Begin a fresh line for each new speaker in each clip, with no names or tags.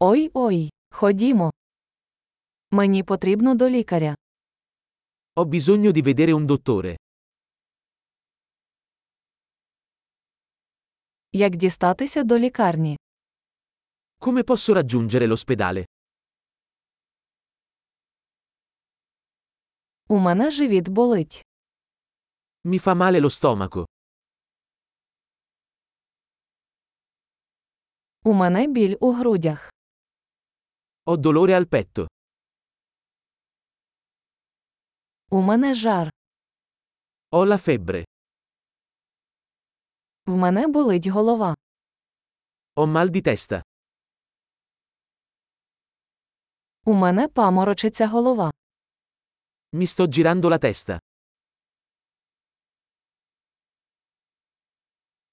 Ой ой, ходімо. Мені потрібно до лікаря.
Ho bisogno di vedere un dottore.
Як дістатися до лікарні?
Come posso raggiungere l'ospedale?
У мене живіт болить.
Mi fa male lo stomaco.
У мене біль у грудях.
Ho dolore al petto.
У мене жар.
Ho la febbre.
В мене болить голова.
Ho mal di testa.
У мене паморочиться голова.
Mi sto girando la testa.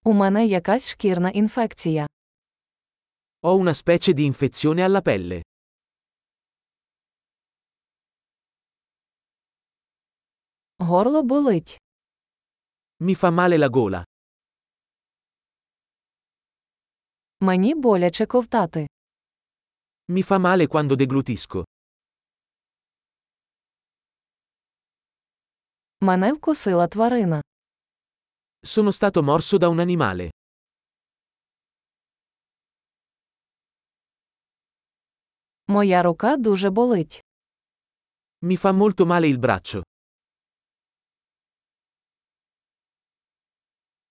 У мене якась шкірна інфекція.
Ho una specie di infezione alla pelle.
Горло болить.
Mi fa male la gola.
Мені боляче ковтати.
Mi fa male quando deglutisco.
Мене вкусила тварина.
Sono stato morso da un animale.
Моя рука дуже болить.
Mi fa molto male il braccio.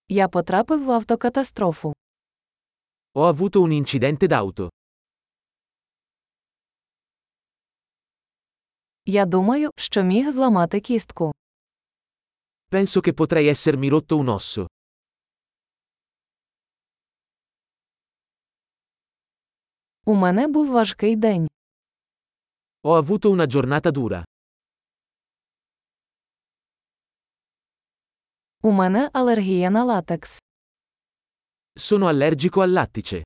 Я потрапив в автокатастрофу.
Ho avuto un incidente d'auto.
Я думаю, що міг зламати кістку.
Penso che potrei essermi rotto un osso.
У мене був важкий день.
Ho avuto una giornata dura.
У мене алергія на латекс.
Sono allergico al lattice.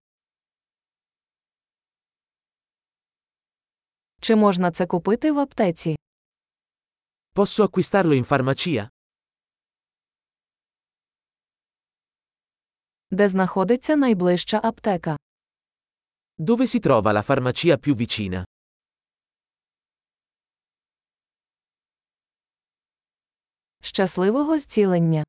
Чи можна це купити в аптеці?
Posso acquistarlo in farmacia?
Де знаходиться найближча аптека?
Dove si trova la farmacia più vicina?
Щасливого зцілення!